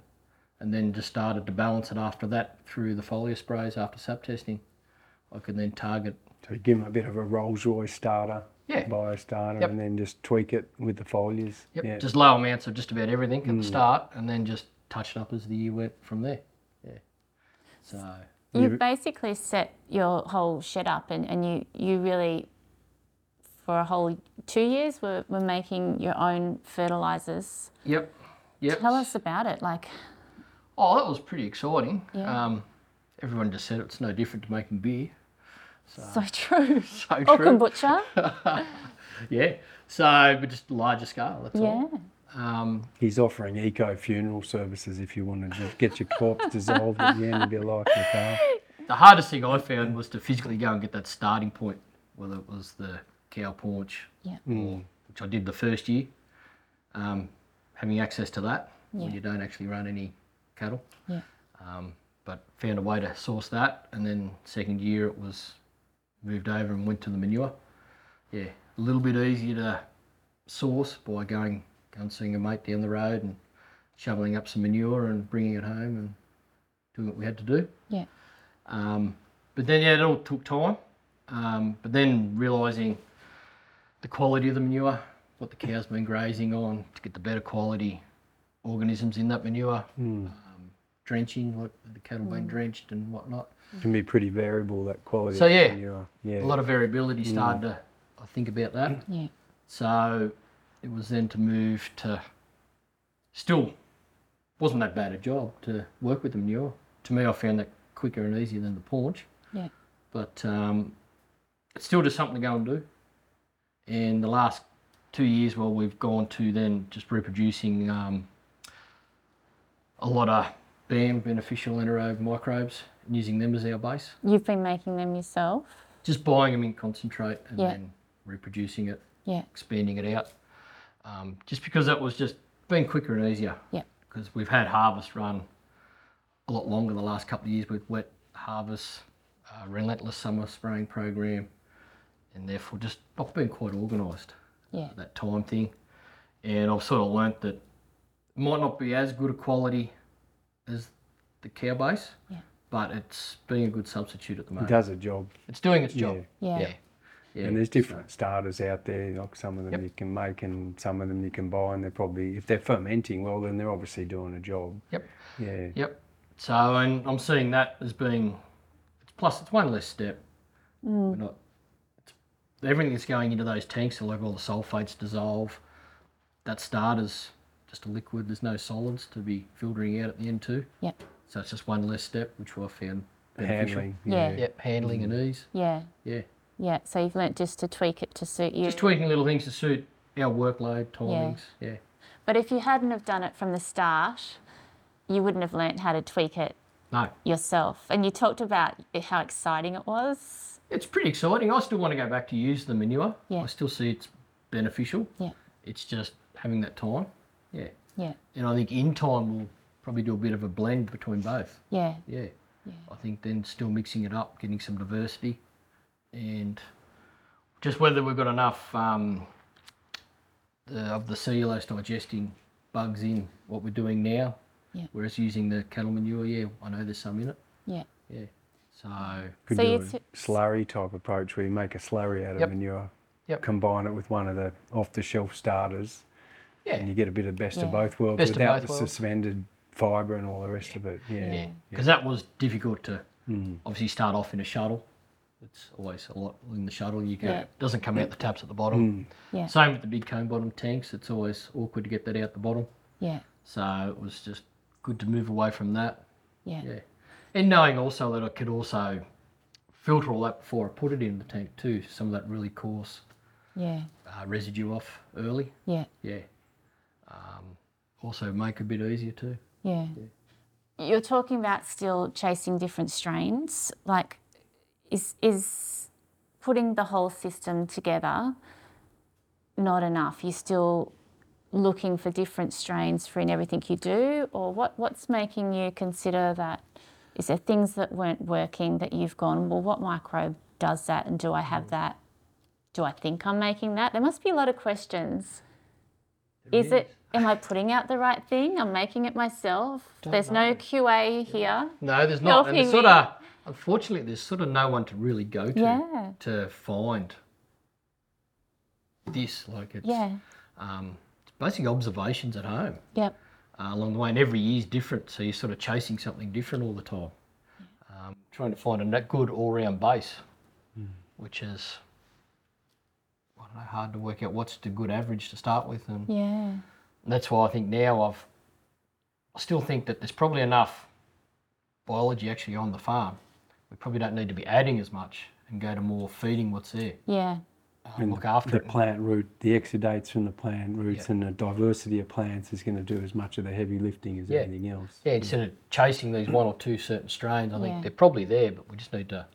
and then just started to balance it after that through the foliar sprays after sap testing. I could then target.
So give them a bit of a Rolls Royce starter,
Yeah.
bio starter,
Yep.
and then just tweak it with the foliars.
Yep,
Yeah.
just low amounts of just about everything at the start, and then just touched up as the year went from there. Yeah. So
You basically set your whole shed up, and, and you you really for a whole two years were, were making your own fertilizers.
yep, yep.
Tell us about it, like.
Oh, that was pretty exciting.
Yeah.
Um, everyone just said it's no different to making beer.
So true.
So true.
Or Oh, kombucha.
Yeah. So, but just larger scale. That's
yeah.
all. Um,
He's offering eco funeral services if you want to just get your corpse dissolved at the end of your life. in a car.
The hardest thing I found was to physically go and get that starting point, whether it was the cow paunch,
Yeah.
or, which I did the first year, um, having access to that when
Yeah.
you don't actually run any cattle.
Yeah.
Um, but found a way to source that, and then second year it was moved over and went to the manure. Yeah, a little bit easier to source by going, going and seeing a mate down the road and shoveling up some manure and bringing it home and doing what we had to do.
Yeah.
Um, but then, yeah, it all took time. Um, but then realizing the quality of the manure, what the cow's been grazing on to get the better quality organisms in that manure, um, drenching, what the cattle been drenched and whatnot.
can be pretty variable that quality.
So,
of
yeah.
manure. yeah.
A lot of variability started to, I think about that.
Yeah.
So it was then to move to still wasn't that bad a job to work with the manure. To me, I found that quicker and easier than the paunch.
Yeah.
But um, it's still just something to go and do. And the last two years where we've gone to then just reproducing um, a lot of BAM, beneficial anaerobe microbes, and using them as our base.
You've been making them yourself?
Just buying them in concentrate and
Yeah.
then reproducing it,
Yeah.
expanding it out. Um, just because that was just been quicker and easier.
Yeah.
Because we've had harvest run a lot longer the last couple of years with wet harvest, uh, relentless summer spraying program, and therefore just not been quite organised
Yeah.
that time thing. And I've sort of learnt that it might not be as good a quality as the cow base,
Yeah.
but it's being a good substitute at the
It
moment.
does a job.
It's doing its job.
Yeah.
Yeah. Yeah.
And there's different starters out there. Like some of them you can make, and some of them you can buy. And they're probably if they're fermenting, well, then they're obviously doing a job.
Yep.
Yeah.
Yep. So, and I'm seeing that as being, it's plus it's one less step. We're not, it's, everything that's going into those tanks, so like all the sulfates dissolve. That starter's just a liquid. There's no solids to be filtering out at the end too.
Yeah.
So it's just one less step, which I found beneficial.
Handling.
Yeah.
Yep, handling and ease.
Yeah.
Yeah.
Yeah. So you've learnt just to tweak it to suit you.
Just tweaking little things to suit our workload, timings. Yeah.
but if you hadn't have done it from the start, you wouldn't have learnt how to tweak it
No,
yourself. And you talked about how exciting it was.
it's pretty exciting. I still want to go back to use the manure.
Yeah.
I still see it's beneficial.
Yeah.
It's just having that time. Yeah.
Yeah.
And I think in time we'll probably do a bit of a blend between both.
Yeah.
Yeah. I think then still mixing it up, getting some diversity, and just whether we've got enough um, the, of the cellulose digesting bugs in what we're doing now.
Yeah.
Whereas using the cattle manure, yeah, I know there's some in it.
Yeah.
Yeah. So
Could
So
do
you
a
took-
slurry type approach where you make a slurry out of
Yep.
manure,
Yep.
combine it with one of the off-the-shelf starters, and
yeah,
you get a bit of best
Yeah.
of both worlds
Best of
without
both
the
worlds.
suspended fibre and all the rest of it. Yeah.
yeah, because that was difficult to obviously start off in a shuttle. It's always a lot in the shuttle. You go,
Yeah.
it doesn't come out the taps at the bottom.
Yeah.
Same with the big cone bottom tanks. It's always awkward to get that out the bottom.
Yeah.
So it was just good to move away from that.
Yeah.
Yeah. And knowing also that I could also filter all that before I put it in the tank too, some of that really coarse
Yeah.
uh, residue off early.
Yeah.
Yeah. Um, also make a bit easier too.
Yeah. You're talking about still chasing different strains. Like, is is putting the whole system together not enough? You're still looking for different strains for in everything you do, or what? What's making you consider that? Is there things that weren't working that you've gone? Well, what microbe does that, and do I have that? Do I think I'm making that? There must be a lot of questions. Is it? Am I putting out the right thing? I'm making it myself. There's no QA here.
No, there's not. And it's
Helping
sort of, unfortunately, there's sort of no one to really go to
Yeah.
to find this. Like it's,
Yeah.
um, it's basic observations at home.
Yep.
uh, along the way, and every year's different, so you're sort of chasing something different all the time, um, trying to find a net- good all-round base, which is I don't know, hard to work out what's the good average to start with, and
Yeah.
that's why I think now I've I still think that there's probably enough biology actually on the farm. We probably don't need to be adding as much and go to more feeding what's there,
Yeah. Oh.
uh, look after
The
it.
plant root, the exudates from the plant roots, and the diversity of plants is going to do as much of the heavy lifting as
Yeah.
anything else.
Yeah, instead of chasing these one or two certain strains, I think
Yeah.
they're probably there, but we just need to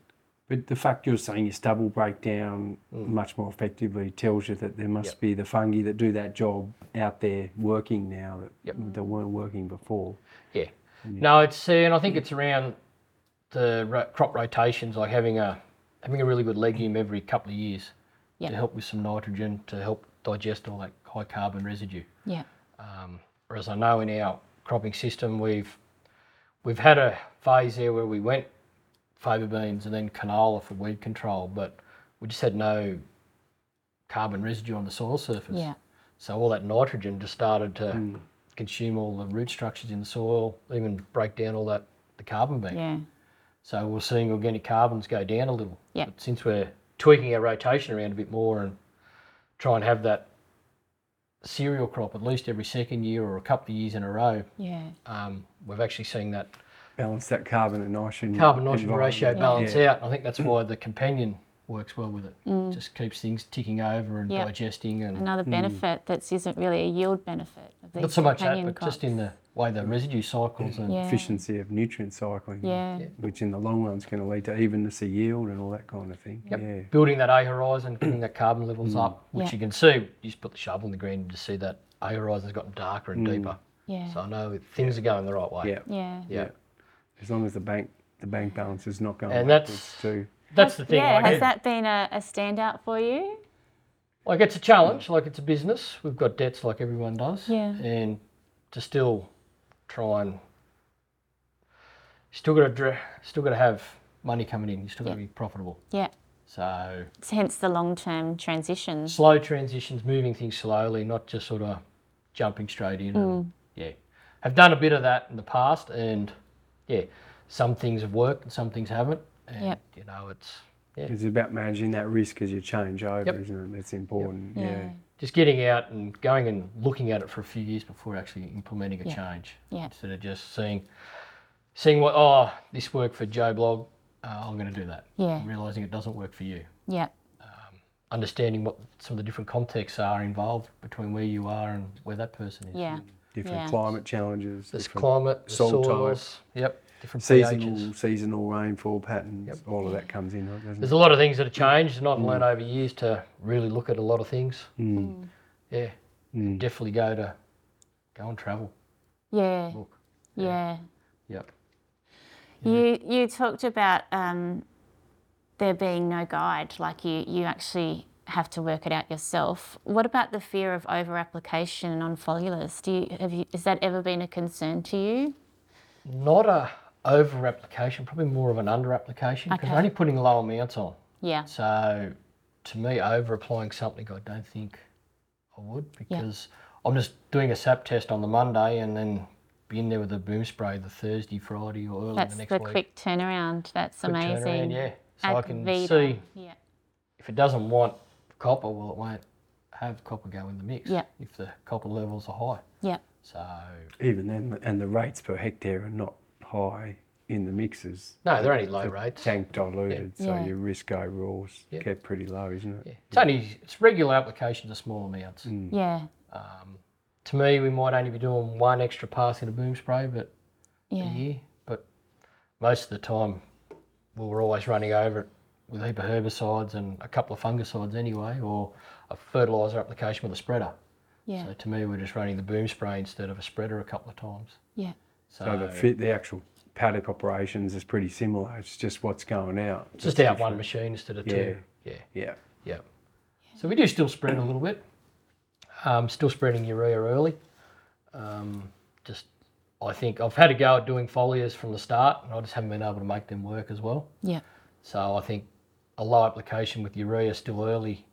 But the fact you're saying your stubble breakdown
Mm.
much more effectively tells you that there must be the fungi that do that job out there working now that that weren't working before.
Yeah. No, it's uh, and I think it's around the ro- crop rotations, like having a having a really good legume every couple of years
Yeah.
to help with some nitrogen to help digest all that high carbon residue.
Yeah.
Um, whereas I know in our cropping system we've we've had a phase there where we went faba beans and then canola for weed control, but we just had no carbon residue on the soil surface.
Yeah.
So all that nitrogen just started to consume all the root structures in the soil, even break down all that the carbon bank.
Yeah.
So we're seeing organic carbons go down a little.
Yeah.
But since we're tweaking our rotation around a bit more and try and have that cereal crop at least every second year or a couple of years in a row,
Yeah.
um, we've actually seen that
Balance that carbon and nitrogen.
carbon nitrogen
environment.
ratio balance
Yeah.
out. I think that's why the companion works well with it.
Mm.
Just keeps things ticking over and
Yep.
digesting and
Another benefit that's isn't really a yield benefit of these
not so much that,
companion
but just in
crops.
the way the residue cycles and
Yeah.
efficiency of nutrient cycling,
Yeah. Yeah.
which in the long run's going to lead to evenness of yield and all that kind of thing.
Yep.
Yeah.
building that A horizon, getting the carbon levels up, which
Yeah.
you can see. You just put the shovel in the ground and just see that A horizon's gotten darker and deeper.
Yeah.
So I know things are going the right way.
Yeah.
Yeah.
Yeah.
As long as the bank the bank balance is not going
And
backwards
that's-
too.
That's the thing.
Yeah,
like,
has that been a, a standout for you?
like it's a challenge. Like it's a business. We've got debts, like everyone does.
Yeah.
And to still try and still got to dr- still got to have money coming in. You still got to be profitable.
Yeah.
So
It's hence the long term transition.
slow transitions, moving things slowly, not just sort of jumping straight in.
Mm.
And, yeah, I've done a bit of that in the past, and yeah, some things have worked and some things haven't. And
Yep.
you know, it's yeah,
It's about managing that risk as you change over,
Yep.
isn't it? That's important. Yeah.
Yeah.
just getting out and going and looking at it for a few years before actually implementing a change.
Yeah.
Instead of just seeing, seeing what oh this worked for Joe Blog, uh, I'm going to do that.
Yeah.
Realizing it doesn't work for you.
Yeah.
Understanding what some of the different contexts are involved between where you are and where that person is.
Yeah.
Different
Yeah.
climate challenges.
There's
different
climate, the
soil type.
soils, yep, different
seasonal
pHs.
seasonal rainfall patterns. All of that comes in, right, doesn't
There's
it?
a lot of things that have changed, and I've
Mm.
learned over years to really look at a lot of things.
Mm.
Yeah,
Mm.
definitely go to go and travel.
Yeah.
Look.
Yeah.
Yep.
You you talked about um, there being no guide, like you you actually have to work it out yourself. What about the fear of over application on foliars? Do you have you has that ever been a concern to you?
Not a over application, probably more of an under application because
Okay.
we're only putting low amounts on.
Yeah.
So to me, over applying something, I don't think I would because I'm just doing a sap test on the Monday and then be in there with a boom spray the Thursday, Friday, or early
That's
the
the,
next week.
quick turnaround. That's
Quick turnaround,
amazing.
yeah. So I
Ad
can
vitam.
see
Yeah.
if it doesn't want copper, well, it won't have copper go in the mix
Yeah.
if the copper levels are high.
Yeah.
So,
Even then, and the rates per hectare are not high in the mixes.
no, they're only low rates.
Tank diluted, so
Yeah.
your risk overall's
Yeah.
kept pretty low, isn't it?
Yeah. Mm. It's only it's regular applications of small amounts.
Yeah.
To me, we might only be doing one extra pass in a boom spray, but
Yeah.
a year. But most of the time, well, we're always running over it with a heap of herbicides and a couple of fungicides anyway, or a fertiliser application with a spreader.
Yeah.
So to me, we're just running the boom spray instead of a spreader a couple of times.
Yeah.
So,
So the fit, the actual paddock operations is pretty similar. It's just what's going out.
It's just out one machine instead of two. Yeah.
Yeah.
Yeah. So we do still spread a little bit. Um, still spreading urea early. Um, just, I think I've had a go at doing foliars from the start, and I just haven't been able to make them work as well.
Yeah.
So I think a low application with urea still early,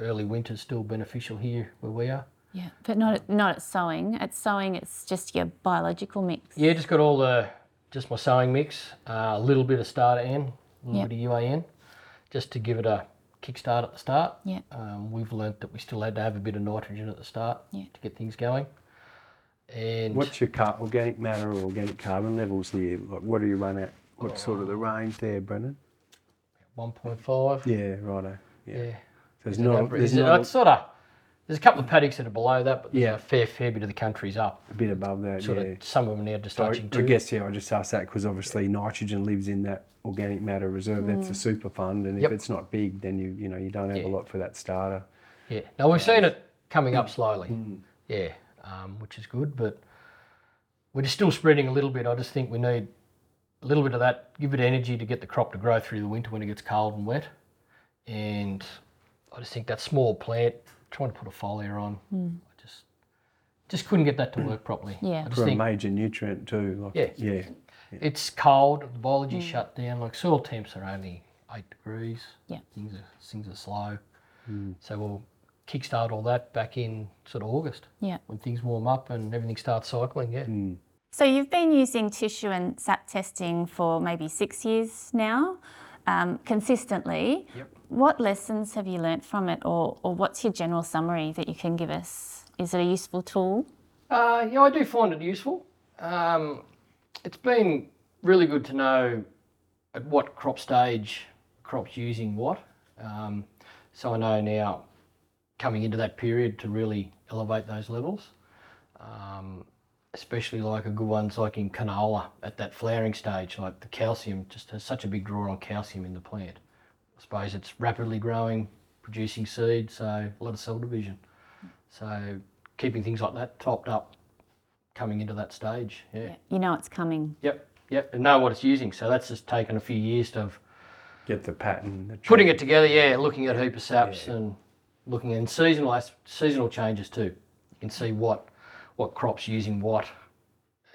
early winter is still beneficial here where we are.
Yeah. But not at, not at sowing. At sowing, it's just your biological mix.
Yeah, just got all the just my sowing mix, uh, a little bit of starter N, a little
Yep.
bit of UAN, just to give it a kickstart at the start.
Yeah.
Um, we've learnt that we still had to have a bit of nitrogen at the start
Yeah.
to get things going. And
What's your car- organic matter or organic carbon levels here? Like, what do you run at? What's sort of the range there, Brennan?
1.5.
Yeah, righto. Yeah.
Yeah.
There's
Is it
not,
over-
there's
is it-
not
it's sort of, there's a couple of paddocks that are below that, but there's
Yeah.
a fair, fair bit of the country's up.
a bit above that.
Sort
yeah.
of, some of them now just
So I,
touching
I
two.
guess yeah, I just asked that because obviously nitrogen lives in that organic matter reserve. That's a super fund, and
Mm. Yep.
if it's not big, then you you know you don't have
Yeah.
a lot for that starter.
Yeah. Now we've seen it coming up slowly. Yeah, um, which is good, but we're just still spreading a little bit. I just think we need a little bit of that. Give it energy to get the crop to grow through the winter when it gets cold and wet. And I just think that small plant trying to put a foliar on, I just just couldn't get that to work properly.
Yeah.
I just
For a
think
major nutrient too. Like,
Yeah.
Yeah.
it's cold. The biology
Mm.
shut down. Like soil temps are only eight degrees.
Yeah.
Things are things are slow. So we'll kickstart all that back in sort of August
Yeah.
when things warm up and everything starts cycling. Yeah.
So you've been using tissue and sap testing for maybe six years now, um, consistently. Yep. What lessons have you learnt from it, or, or what's your general summary that you can give us? Is it a useful tool?
Uh, yeah, I do find it useful. Um, it's been really good to know at what crop stage crops using what. Um, so I know now coming into that period to really elevate those levels, um, especially like a good ones like in canola at that flowering stage, like the calcium just has such a big draw on calcium in the plant. I suppose it's rapidly growing, producing seed, so a lot of cell division. So keeping things like that topped up coming into that stage, yeah.
You know it's coming.
Yep, yep, and know what it's using. So that's just taken a few years of
Get the pattern. The
putting it together, yeah, looking at heap of saps and looking and seasonal as- seasonal changes too. You can see what what crops using what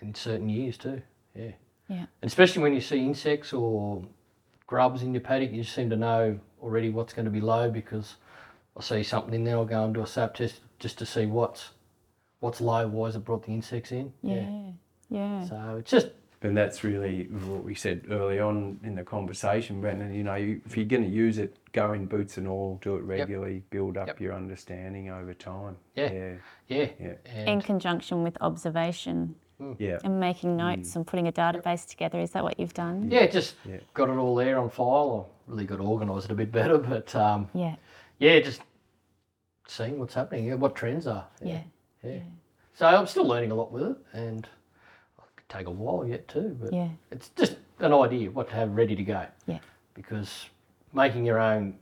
in certain years too. Yeah.
Yeah.
And especially when you see insects or grubs in your paddock, you seem to know already what's going to be low because I see something in there, I'll go and do a sap test just to see what's what's low, why has it brought the insects in.
Yeah. Yeah.
So it's just
And that's really what we said early on in the conversation, Brendan. You know, you, if you're going to use it, go in boots and all, do it regularly, build up
Yep.
your understanding over time.
Yeah.
Yeah.
yeah.
Yeah.
And
In conjunction with observation
Mm.
Yeah.
and making notes and putting a database together. Is that what you've done?
yeah, just
Yeah.
got it all there on file or really got to organise it a bit better. But um,
Yeah.
yeah, just seeing what's happening, yeah, what trends are.
Yeah.
yeah. So I'm still learning a lot with it, and it could take a while yet too. But
Yeah.
it's just an idea what to have ready to go.
Yeah.
Because making your own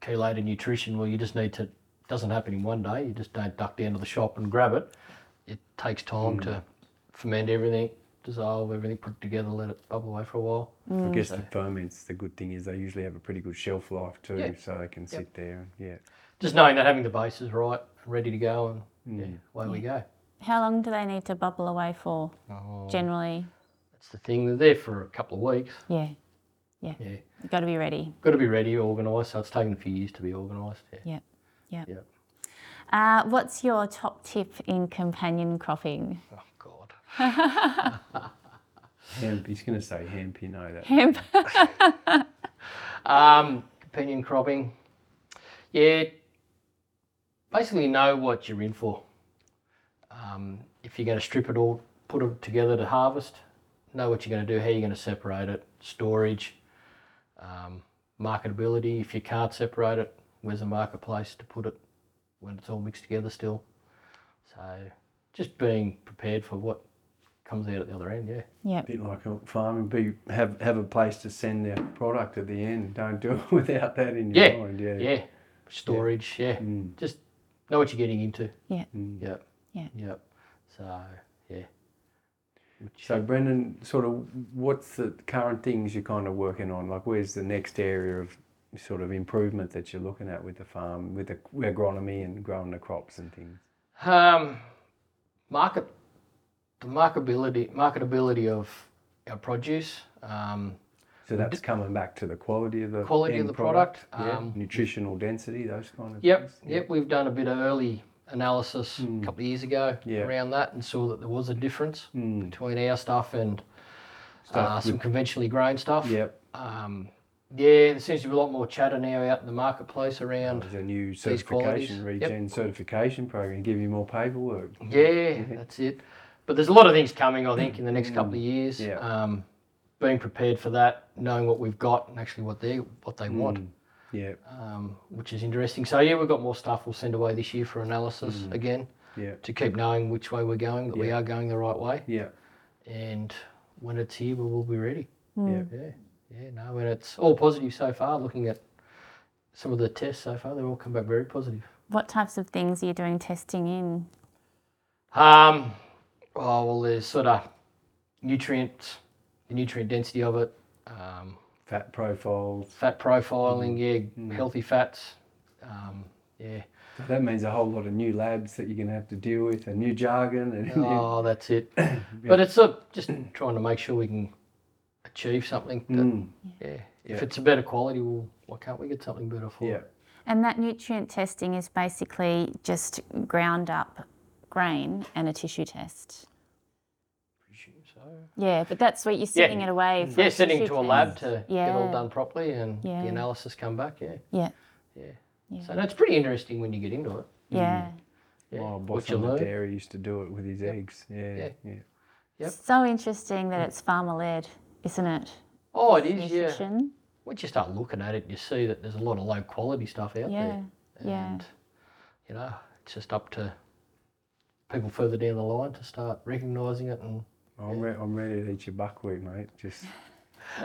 chelated nutrition, well, you just need to. Doesn't happen in one day. You just don't duck down to the shop and grab it. It takes time to ferment everything, dissolve everything, put it together, let it bubble away for a while.
I guess the ferments, the good thing is they usually have a pretty good shelf life too,
Yeah.
so they can sit there. And, yeah.
Just knowing that having the bases right, ready to go, and yeah, away we go.
How long do they need to bubble away for? Oh. Generally,
That's the thing. They're there for a couple of weeks.
yeah.
Yeah.
You've got to be ready.
Got to be ready, organised. So it's taken a few years to be organised. Yeah.
Yeah. Yeah.
Yeah.
Uh, what's your top tip in companion cropping?
Oh God.
Hemp, he's going to say hemp, you know that.
Hemp.
Um, companion cropping. Yeah. Basically, know what you're in for. Um, if you're going to strip it all, put it together to harvest, know what you're going to do, how you're going to separate it, storage, um, marketability. If you can't separate it, where's the marketplace to put it when it's all mixed together still? So, just being prepared for what comes out at the other end. Yeah.
Yep.
bit like a farming, be have have a place to send their product at the end. Don't do it without that in your
Yeah.
mind.
Yeah. Mm. Storage. Yeah. Just know what you're getting into.
Yeah.
Yep.
Yeah.
Yep. So yeah. Which,
So Brendan, sort of, what's the current things you're kind of working on? Like, where's the next area of sort of improvement that you're looking at with the farm, with the agronomy and growing the crops and things?
um, market the marketability marketability of our produce, um,
So that's coming back to the quality of the
quality of
end
the product.
yeah,
Um,
nutritional density, those kind of
Yep,
things.
yep. We've done a bit of early analysis a couple of years ago
Hmm. Yeah. Hmm.
around that and saw that there was a difference between our stuff and uh,
Stuff
some conventionally grown stuff.
Yep.
Um, yeah, there seems to be a lot more chatter now out in the marketplace around.
There's a new
qualities.
certification,
Yep.
regen certification program, give you more paperwork.
Yeah, that's it. But there's a lot of things coming, I think, in the next couple of years.
Mm. yeah.
Um, being prepared for that, knowing what we've got and actually what they what they want,
Yeah,
um, which is interesting. So yeah, we've got more stuff we'll send away this year for analysis again
yeah,
to keep knowing which way we're going, that we
Mm. Yeah.
are going the right way,
yeah,
and when it's here, we will be ready.
yeah.
Yeah, yeah, no, and it's all positive so far. Looking at some of the tests so far, they've all come back very positive.
What types of things are you doing testing in?
Um, oh, well, there's sort of nutrients, the nutrient density of it, um,
Fat profiles.
fat profiling,
Mm-hmm.
yeah,
Mm.
healthy fats. Um, yeah.
So that means a whole lot of new labs that you're going to have to deal with, and new jargon, and
Oh, that's it. But it's a, just trying to make sure we can achieve something that,
hmm.
yeah. If
Mm. Yeah.
it's a better quality, well, why can't we get something better for
yeah,
it?
And that nutrient testing is basically just ground up grain and a tissue test.
Presume so.
Yeah, but that's where you're sending it away. For
Yeah, sending
tissue
to a
test.
lab to get
Yeah.
all done properly and
Yeah.
the analysis come back, yeah.
Yeah,
So that's pretty interesting when you get into it.
yeah.
Mm. Yeah.
My
what
boss
you
on the
learn.
dairy used to do it with his eggs. Yeah, yeah.
Yeah. Yep.
So interesting that it's farmer led, isn't it?
Oh, it is, yeah.
Nutrition.
once you start looking at it, you see that there's a lot of low quality stuff out
Yeah,
there.
yeah.
And, you know, it's just up to people further down the line to start recognising it and
I'm, re- I'm ready to eat your buckwheat, mate. Just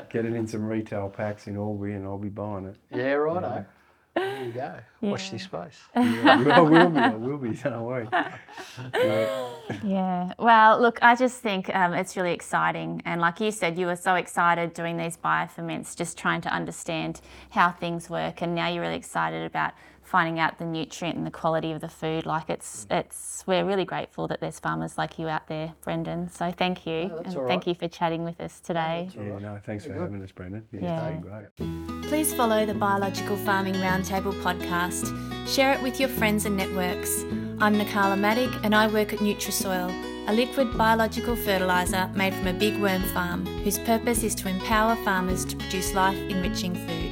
get it in some retail packs in Albury and I'll be buying it.
yeah, righto. There you go. Watch this space.
Yeah, I will be, I will be, don't worry. No,
Yeah. Well, look, I just think um, it's really exciting. And like you said, you were so excited doing these bioferments, just trying to understand how things work. And now you're really excited about finding out the nutrient and the quality of the food. Like it's, it's, we're really grateful that there's farmers like you out there, Brendan. So thank you.
that's
and
Oh, all right.
thank you for chatting with us today.
yeah, no, thanks for having us, Brendan. Yeah,
Yeah.
It's been great.
Please follow the Biological Farming Roundtable podcast. Share it with your friends and networks. I'm Nakala Maddig and I work at Nutrisoil, a liquid biological fertiliser made from a big worm farm whose purpose is to empower farmers to produce life enriching food.